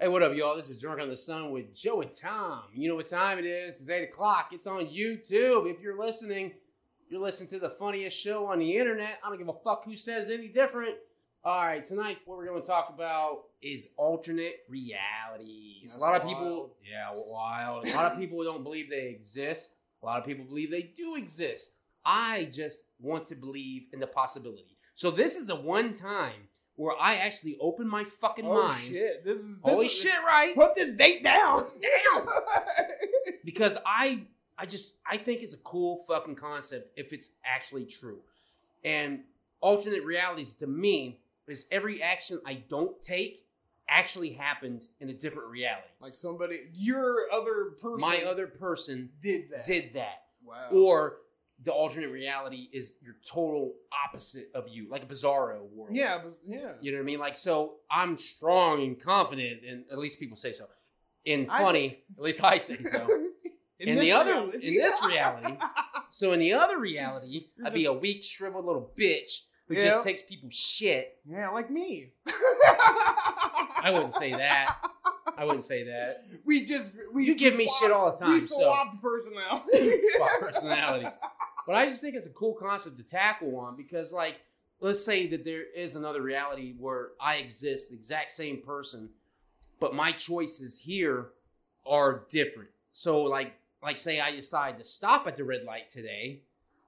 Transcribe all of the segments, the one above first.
Hey, what up, y'all? This is Drunk on the Sun with Joe and Tom. You know what time it is? It's 8 o'clock. It's on YouTube. If you're listening, you're listening to the funniest show on the internet. I don't give a fuck who says any different. All right, tonight what we're going to talk about is alternate realities. That's a lot of wild. people, yeah, wild. A lot of people don't believe they exist. A lot of people believe they do exist. I just want to believe in the possibility. So this is the one time where I actually open my fucking oh mind. shit! This is this Holy is- shit, right? Put this date down. Damn. because I I just I think it's a cool fucking concept if it's actually true. And alternate realities to me is every action I don't take actually happened in a different reality. like somebody, your other person, My other person did that. did that. wow. Or the alternate reality is your total opposite of you, like a bizarro world. yeah, but, yeah. You know what I mean? Like so I'm strong and confident and at least people say so. And I- funny, at least I say so. In the this other- reality. in this reality, So in the other reality, You're I'd be a weak, shriveled little bitch who Yeah. just takes people shit. yeah, like me. I wouldn't say that. I wouldn't say that. We just we You we give me swapped- shit all the We time, so swapped personality. about personalities. But I just think it's a cool concept to tackle on because, like, let's say that there is another reality where I exist, the exact same person, but my choices here are different. So, like, like say I decide to stop at the red light today.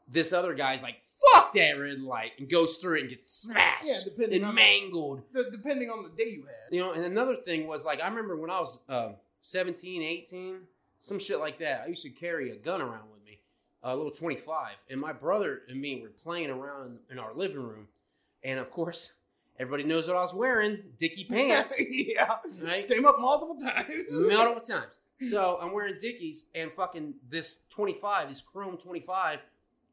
This other guy's like, "Fuck that red light," and goes through it and gets smashed. Yeah, depending and on mangled. the, depending on the day you had. You know, and another thing was like, I remember when I was uh, 17, 18, some shit like that, I used to carry a gun around with me, a little 25. And my brother and me were playing around in our living room. And of course, everybody knows what I was wearing Dickie pants, yeah, right? came up multiple times. Multiple times. So I'm wearing Dickies, and fucking this 25, this chrome 25,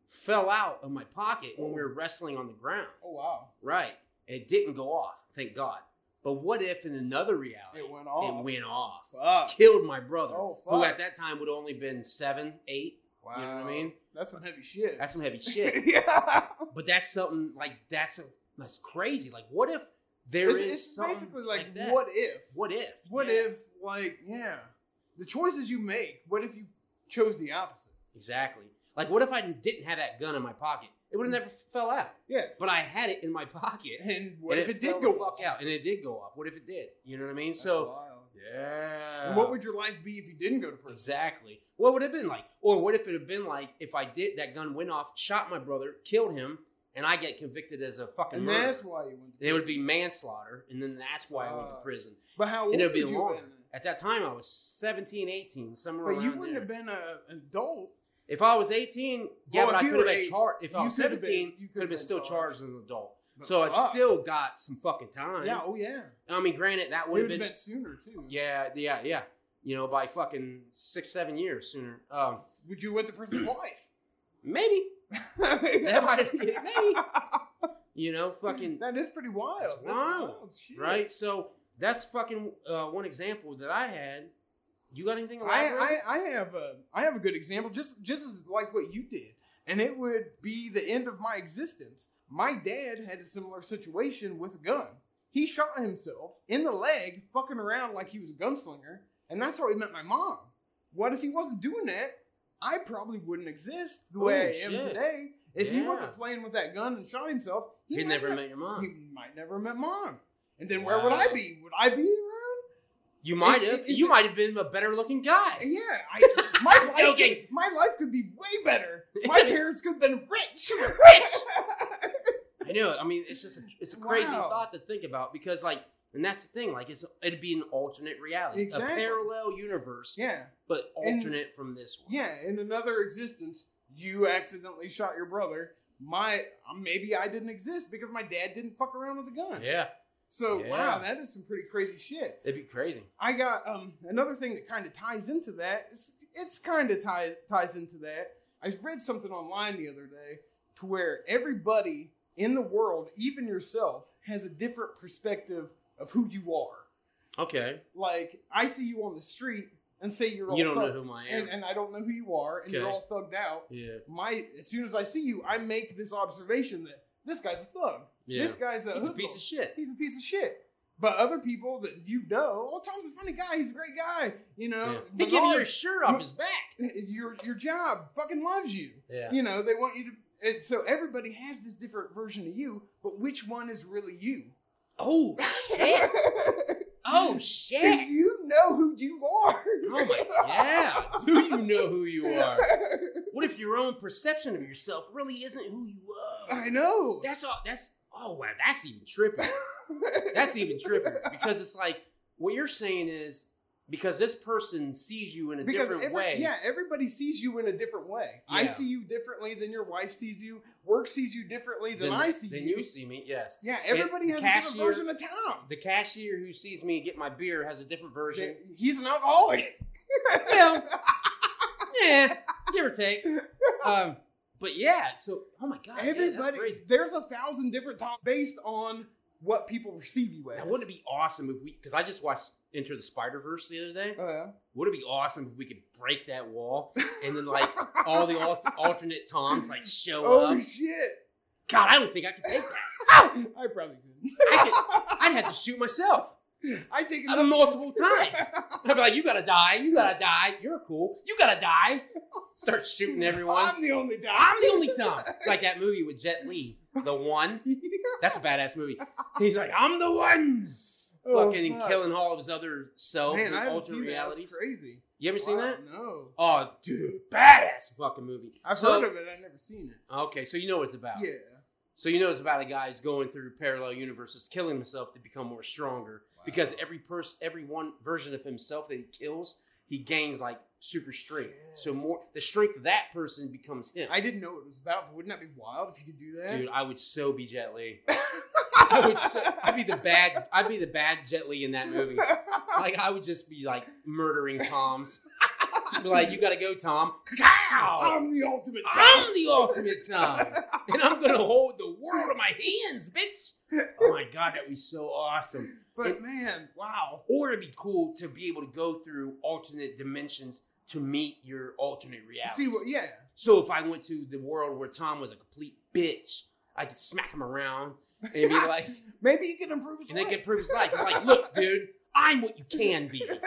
fell out of my pocket when we were wrestling on the ground. Oh wow, Right. It didn't go off, thank God. But what if in another reality it went it off. went off? Fuck. Killed my brother, Oh fuck. who at that time would have only been seven, eight. wow. You know what I mean? That's some heavy shit. That's some heavy shit. yeah. but that's something like that's a, that's crazy. Like, what if there is it's, it's something basically like, that? what if? What if? What Yeah. if like yeah, the choices you make. What if you chose the opposite? Exactly. Like, what if I didn't have that gun in my pocket? It would Hmm. have never fell out. Yeah. But I had it in my pocket. And what and if it, fell did the go fuck off? out? And it did go off. What if it did? You know what I mean? That's so wild. yeah. And what would your life be if you didn't go to prison? Exactly. What would it have been like? Or what if it had been like if I did that gun went off, shot my brother, killed him, and I get convicted as a fucking And murderer? that's Uh. why you went. To prison. It would be manslaughter, and then that's why I went to Fuck. prison. but how old And it would be would you long. been? At that time, I was 17, 18, somewhere But around you wouldn't there. have been a, an adult. If I was 18, yeah, Well, but I if you could have were been eight, charged. If I you was could have been- 17, you could have been still charged as an adult. But So it fuck. still got some fucking time. Yeah. Oh yeah. I mean, granted, that It would have been, been, sooner too. yeah, yeah, yeah. You know, by fucking six, seven years sooner. Um, Would you went to prison twice? maybe. that That might maybe. You know, fucking That is pretty wild. That's wild, shit. right. So that's fucking uh, one example that I had. You got anything? elaborate? I, I, I have a I have a good example, just just as like what you did, and it would be the end of my existence. My dad had a similar situation with a gun. He shot himself in the leg, fucking around like he was a gunslinger, and that's how he met my mom. What if he wasn't doing that? I probably wouldn't exist the way Oh, I am shit. today. If he Yeah. wasn't playing with that gun and shot himself, he He'd might never not- met your He mom. might never have met mom. And then where would I Wow. be? Would I be around? You might It- have. it- You might have been a better looking guy. Yeah, I, my I'm life, joking. my life could be way better. My parents could have been rich. Rich. I know. I mean, it's just a, it's a crazy Wow. thought to think about because like, and that's the thing. Like, it's it'd be an alternate reality, a Exactly. parallel universe, yeah, but And- alternate from this one. yeah. In another existence, you accidentally shot your brother. My uh, maybe I didn't exist because my dad didn't fuck around with a gun. Yeah, So Yeah. wow, that is some pretty crazy shit. it'd be crazy. I got um, another thing that kind of ties into that. It's, it's kind of tie, ties into that. I read something online the other day to where everybody in the world, even yourself, has a different perspective of who you are. Okay, Like I see you on the street and say you're all you don't know thugged, who I am. and, and I don't know who you are, and you're Okay. all thugged out. yeah, My as soon as I see you, I make this observation that this guy's a thug. yeah. This guy's a He's a hoodlum. piece of shit. He's a piece of shit. But other people that you know, oh, Tom's a funny guy. He's a great guy. You know, Yeah. He Bernard, gave you a shirt off his back. your your job fucking loves you. Yeah. You know, they want you to. And so everybody has this different version of you, but which one is really you? Oh shit. Oh If shit. you know who you are. Oh my yeah. Do you know who you are? What if your own perception of yourself really isn't who you are? I know. That's all. That's oh wow. That's even tripping. That's even tripping because it's like what you're saying is because this person sees you in a because different every- way. yeah, everybody sees you in a different way. I Yeah. see you differently than your wife sees you. Work sees you differently than, Then, I see then you. you see me. Yes. yeah, everybody the has a cashier- different version of Tom. The cashier who sees me get my beer has a different version. He's an alcoholic. well, yeah, give or take. Um, but yeah, so oh my god, yeah, that's Everybody, crazy. there's a thousand different Toms based on what people perceive you as. Now, wouldn't it be awesome if we? Because I just watched Enter the Spider Verse the other day. Oh, yeah. Would it be awesome if we could break that wall and then like all the al- alternate Toms like show oh up? shit! God, I don't think I could take that. I probably could. I could, I'd have to shoot myself I take uh, another. multiple times. I'd be like, "You gotta die! You gotta die! You're cool! You gotta die!" Start shooting everyone. I'm the only Tom. I'm the only Tom. It's like that movie with Jet Li, the one. That's a badass movie. He's like, I'm the one, Oh, fucking fuck. killing all of his other selves Man, and I haven't alternate seen that. That's realities. crazy. You ever seen Wow, that? No. Oh, dude, badass fucking movie. I've So- heard of it. I've never seen it. Okay, so you know what it's about. Yeah. So you know it's about a guy who's going through parallel universes, killing himself to become more stronger. Wow. Because every person, every one version of himself that he kills, he gains like super strength. Shit. So more the strength of that person becomes him. I didn't know what it was about, but wouldn't that be wild if you could do that? Dude, I would so be Jet Li. I would. So, I'd be the bad. I'd be the bad Jet Li in that movie. Like I would just be like murdering Toms. Be like, you gotta go, Tom. Cow! I'm the ultimate Tom. I'm the ultimate Tom, and I'm gonna hold the world in my hands, bitch. Oh my god, that'd be so awesome. But It- man, wow. Or it'd be cool to be able to go through alternate dimensions to meet your alternate reality. See what? Yeah. So if I went to the world where Tom was a complete bitch, I could smack him around and be like, Maybe you can improve his and they life. could prove his life. I'm like, look, dude, I'm what you can be. Can...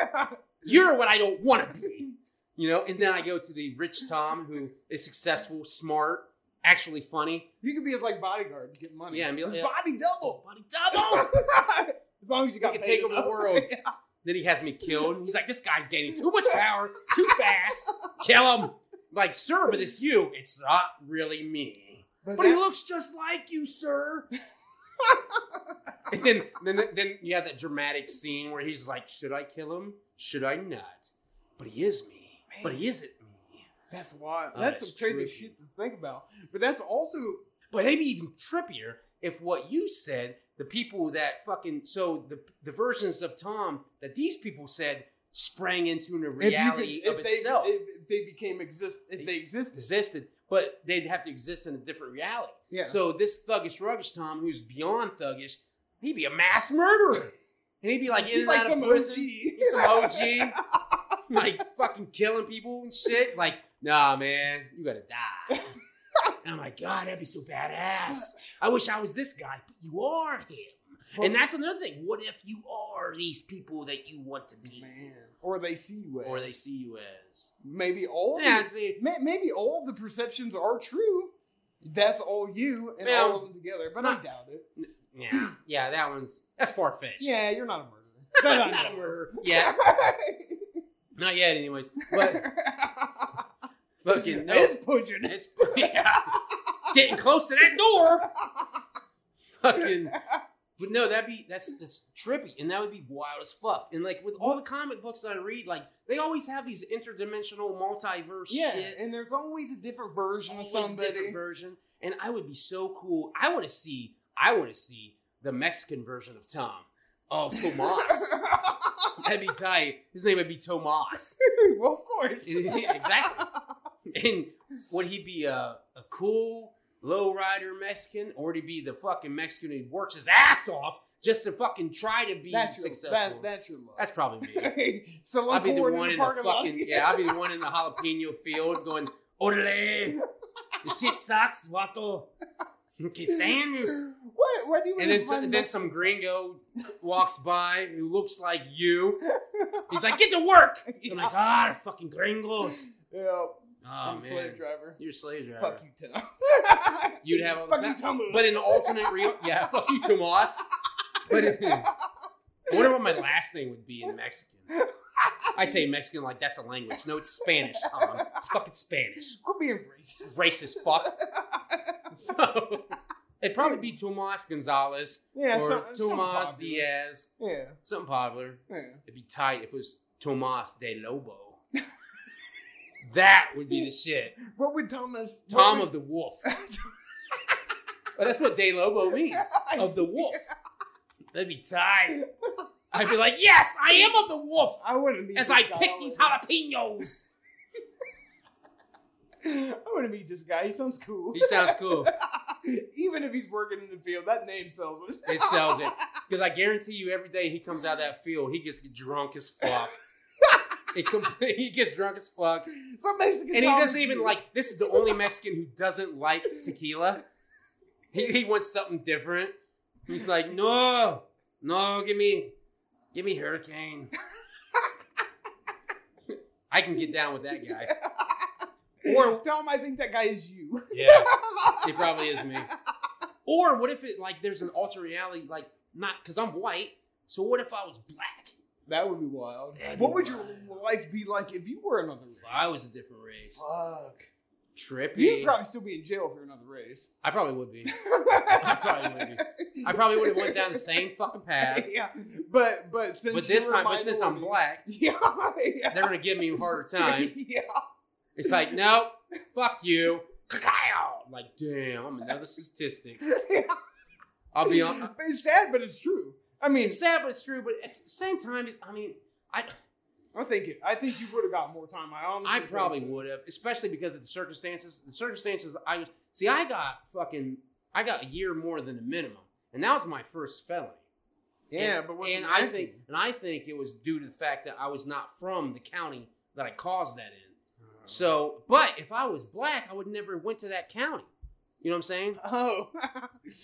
You're what I don't want to be. You know. And then I go to the rich Tom who is successful, smart, actually funny. you could be his like bodyguard, and get money. Yeah, and be his like- body double. Buddy, oh! double. as long as you got can paid take over the enough. world. Yeah. Then he has me killed. He's like, this guy's gaining too much power, too fast. Kill him. Like, sir, but it's you. It's not really me. But, But he that- looks just like you, sir. and then, then, then you have that dramatic scene where he's like, "Should I kill him? Should I not?" But he is me. But he isn't me. that's wild. Oh, that's, that's some crazy trippy. shit to think about. But that's also But maybe even trippier if what you said, the people that fucking so the the versions of Tom that these people said sprang into a if you could- reality if of they, itself If, if they became exist, if they existed. existed, but they'd have to exist in a different reality. Yeah. So this thuggish ruggish Tom, who's beyond thuggish, he'd be a mass murderer, and he'd be like in he's and like out some of prison. He's some OG. OG, like fucking killing people and shit. Like, nah, man, you gotta die. And I'm like, God, that'd be so badass. I wish I was this guy, but you are him. And that's another thing. What if you are these people that you want to be, man. Or they see you. As. or they see you as? maybe all of Yeah, these- see, may, maybe all the perceptions are true. That's all you and Well, all of them together, but I not- doubt it. yeah, yeah, that one's that's far fetched. Yeah, you're not a murderer. not, a murderer. Yeah, not yet. Anyways, but fucking no. It's pushing. It's, yeah. it's getting close to that door. Fucking. But no, that'd be that's that's trippy, and that would be wild as fuck. And like with all the comic books that I read, like they always have these interdimensional multiverse Yeah, Oh, shit. and there's always a different version Always of a somebody. different version, and I would be so cool. I want to see. I want to see the Mexican version of Tom. Oh, Tomas. That'd be tight. His name would be Tomas. well, of course. exactly. And would he be a, a cool lowrider Mexican, or would he be the fucking Mexican who works his ass off just to fucking try to be That's your, successful? that, that's your love. That's probably me. so I'll be the Corn one in the parking lot. fucking yeah. I'll be the one in the jalapeno field going, "Ole, this shit sucks, vato." Okay, Stannis. What? What do you And mean then, so, by then no- some gringo walks by who looks like you. He's like, get to work. I'm like, ah, the fucking gringos. Yeah, Oh, I'm man. a slave driver. You're a slave driver. Fuck you, Tom. You'd have all fuck that- you, Tom. But in alternate real, yeah, fuck you, Tomas. But in- I wonder what my last name would be in Mexican. I say Mexican like that's a language. No, it's Spanish, Tom. It's fucking Spanish. Quit being racist. Racist fuck. So it'd probably be Tomas Gonzalez Yeah, or some- some Tomas popular. Diaz. Yeah, Something popular. yeah. It'd be tight if it was Tomas de Lobo. that would be the shit. What would Thomas? Tom what of the Wolf. But that's what de Lobo means. would- of the wolf. That'd be tight. I'd be like, yes, I am of the wolf I wouldn't be Oh. as this I guy. pick these jalapenos. I wouldn't meet this guy. He sounds cool. He sounds cool. Even if he's working in the field, that name sells it. It sells it. Because I guarantee you, every day he comes out of that field, he gets drunk as fuck. It com- he gets drunk as fuck. Some Mexican And he Thomas doesn't even Hughes. like, this is the only Mexican who doesn't like tequila. He, he wants something different. He's like, no, no, give me, give me Hurricane. I can get down with that guy. Or- Tom, I think that guy is you. Yeah, it probably is me. Or what if it like there's an alter reality like not because I'm white. So what if I was black? that would be wild. That'd what be would your wild. life be like if you were another race? If I was a different race. Fuck. Trippy. You'd probably still be in jail if you're another race. I probably would be. I probably would I probably would have went down the same fucking path. yeah, but but since But this you were a time, but since I'm minority- black, yeah, yeah. they're gonna give me a harder time. Yeah. It's like, nope, fuck you. I'm like, damn, I'm another statistic. I'll be on. But it's sad, but it's true. I mean, It's sad, but it's true. But at the same time, it's, I mean, I I think it, I think you would have got more time. I honestly, I think probably so. would have, especially because of the circumstances. The circumstances I was see, I got fucking, I got a year more than the minimum, and that was my first felony. Yeah, And- but what's and the I maximum? think, and I think it was due to the fact that I was not from the county that I caused that in. Oh. So, but if I was black, I would never went to that county. You know what I'm saying? Oh.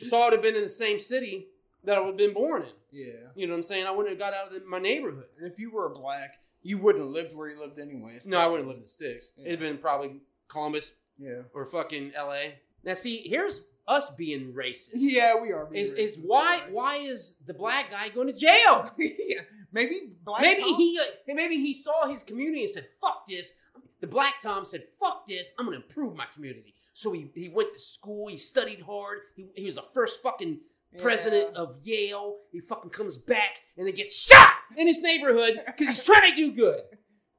So I would have been in the same city that I would have been born in. yeah. You know what I'm saying? I wouldn't have got out of the, my neighborhood. If you were a black, you wouldn't have lived where you lived anyway. No, I wouldn't have lived in the sticks. Yeah. It'd have been probably Columbus Yeah. or fucking L.A. Now, see, here's us being racist. Yeah, we are. Is is racist, why alright. why is the black guy going to jail? yeah. Maybe black. Maybe Tom- he uh, maybe he saw his community and said, "Fuck this." The black Tom said, "Fuck this. I'm gonna improve my community." So he, he went to school. He studied hard. He, he was the first fucking Yeah. president of Yale. He fucking comes back and then gets shot in his neighborhood because he's trying to do good.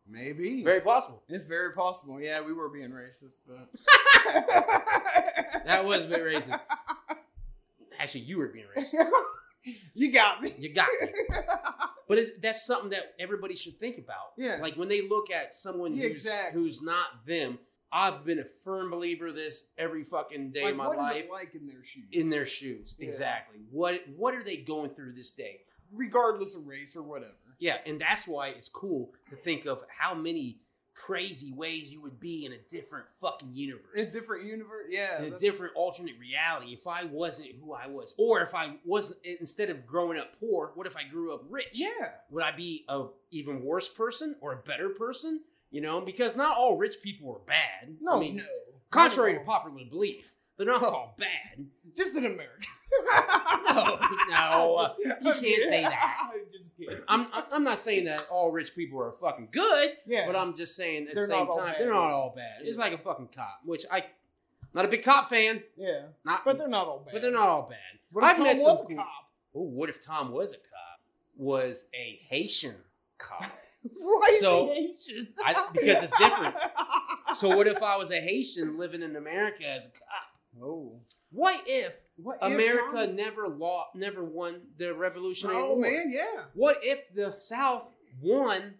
Maybe. Very possible. it's very possible. Yeah, we were being racist, but That was a bit racist. Actually, you were being racist. you got me. You got me. But it's, that's something that everybody should think about. Yeah. Like when they look at someone Yeah, who's exactly. who's not them. I've been a firm believer of this every fucking day Like, of my what is life. it like in their shoes? in their shoes. Yeah. Exactly. What what are they going through this day? regardless of race or whatever. Yeah, and that's why it's cool to think of how many crazy ways you would be in a different fucking In a universe. different universe. Yeah. In a that's- different alternate reality, if I wasn't who I was, or if I wasn't instead of growing up poor, what if I grew up rich? yeah. would I be a even worse person or a better person? You know, because not all rich people are bad. No, I mean, no. contrary to Not at all. popular belief, they're not all bad. just an American. No, no, you can't say that. I'm just kidding. I'm I'm- I'm not saying that all rich people are fucking good, Yeah. but I'm just saying at the They're same not all time bad. they're not all bad. It's Yeah. like a fucking cop, which I not a big cop fan. yeah. Not, But they're not all bad. but they're not all bad. What if I've Tom met some was a cool- cop? Ooh, what if Tom was a cop? Was a Haitian cop? Why is So- he Asian? I- because it's different. so what if I was a Haitian living in America as a cop? Oh. What if What if America Tom- never law never won the Revolutionary Oh War? man, yeah. What if the South won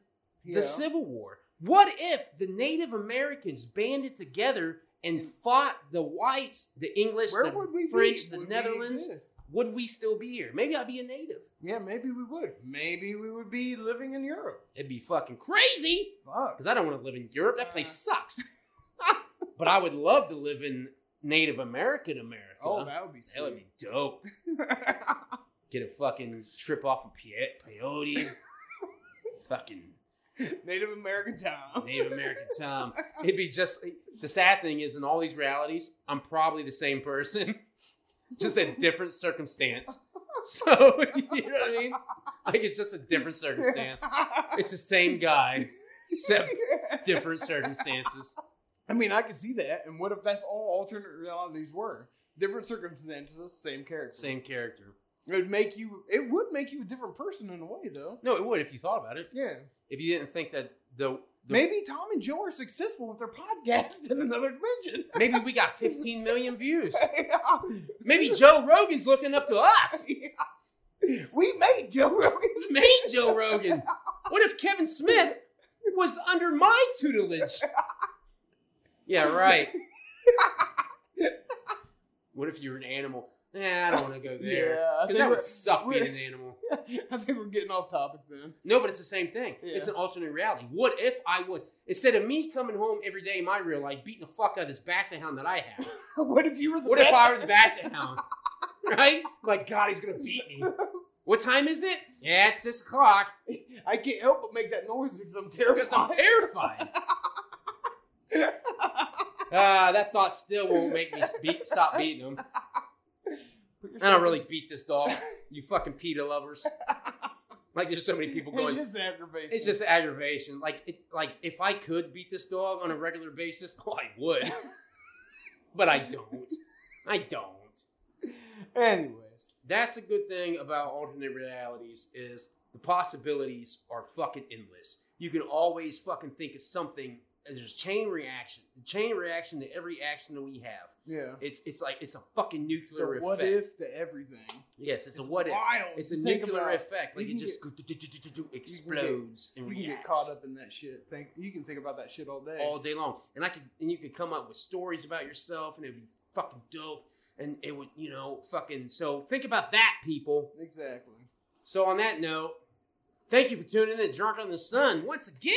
the Yeah. Civil War? What if the Native Americans banded together and fought the whites, the English, Where the would we be? French, the Would we Netherlands? exist? would we still be here? Maybe I'd be a native. Yeah, maybe we would. Maybe we would be living in Europe. It'd be fucking crazy Fuck. because I don't want to live in Europe. That place sucks. but I would love to live in Native American America. Oh, that would be that would sweet. be dope. Get a fucking trip off of pe- peyote. fucking Native American town. Native American Tom. It'd be just the sad thing is in all these realities, I'm probably the same person, just a different circumstance. So you know what I mean? Like it's just a different circumstance. It's the same guy, except different circumstances. I mean, I could see that. And what if that's all alternate realities were? Different circumstances, same character. Same character. It would make you. It would make you a different person in a way, though. No, it would if you thought about it. Yeah. If you didn't think that the, the Maybe Tom and Joe are successful with their podcast in another dimension. maybe we got 15 million views. Maybe Joe Rogan's looking up to us. we made Joe Rogan. made Joe Rogan. What if Kevin Smith was under my tutelage? Yeah, right. What if you were an animal? Nah, I don't want to go there. Yeah, I Because think, that we're, would suck being we're- an animal. I think we're getting off topic then. No, but it's the same thing. Yeah. It's an alternate reality. What if I was, instead of me coming home every day in my real life, beating the fuck out of this basset hound that I have, what if you were the what if best- I were the basset hound? Right? Like, God, he's going to beat me. What time is it? Yeah, it's 6 o'clock. I can't help but make that noise because I'm Because I'm terrified. terrified. Ah, that thought still won't make me beat, stop beating him. I don't really beat this dog. You fucking PETA lovers. Like there's so many people It's going. just aggravating. It's just aggravation. Like it, like if I could beat this dog on a regular basis, oh, I would. But I don't. I don't. Anyways, That's a good thing about alternate realities is the possibilities are fucking endless. You can always fucking think of something. There's chain reaction, chain reaction to every action that we have. yeah. It's it's like it's a fucking The nuclear what effect. if to everything. Yes, it's, a what if. wild It's to a think nuclear about. effect. Like You it can just go- explodes and You can get reacts caught up in that shit. Think you can think about that shit all day. all day long. And I could and you could come up with stories about yourself, and it'd be fucking dope. And it would, you know, fucking. So think about that, people. Exactly. So on that note, thank you for tuning in, to Drunk on the Sun, once again.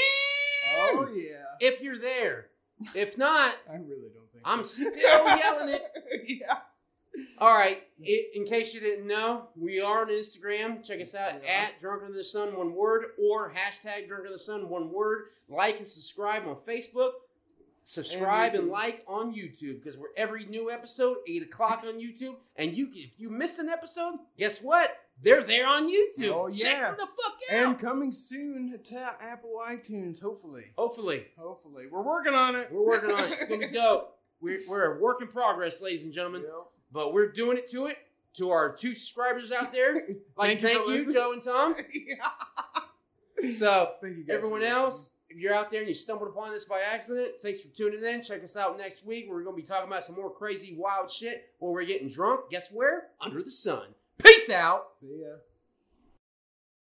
Oh yeah. If you're there, if not, I really don't think. I'm still yelling it. yeah. All right. i in case you didn't know, we are on Instagram. Check us out We are. at Drunk Under the Sun, one word, or hashtag Drunk Under the Sun, one word. Like and subscribe on Facebook. Subscribe and, And YouTube. like on YouTube because we're every new episode eight o'clock on YouTube. And you, can- if you missed an episode, guess what? They're there on YouTube. Oh, Check yeah. them the fuck out. And coming soon to Apple iTunes, hopefully. Hopefully, Hopefully, we're working on it. we're working on it. It's gonna be dope. We're, we're a work in progress, ladies and gentlemen. Yep. But we're doing it to it to our two subscribers out there. Like, Thank you thank for you listening. Joe and Tom. Yeah. So, Thank you guys. everyone for listening. else, if you're out there and you stumbled upon this by accident, thanks for tuning in. Check us out next week. We're going to be talking about some more crazy, wild shit where we're getting drunk. Guess where? Under the sun. Peace out. See ya.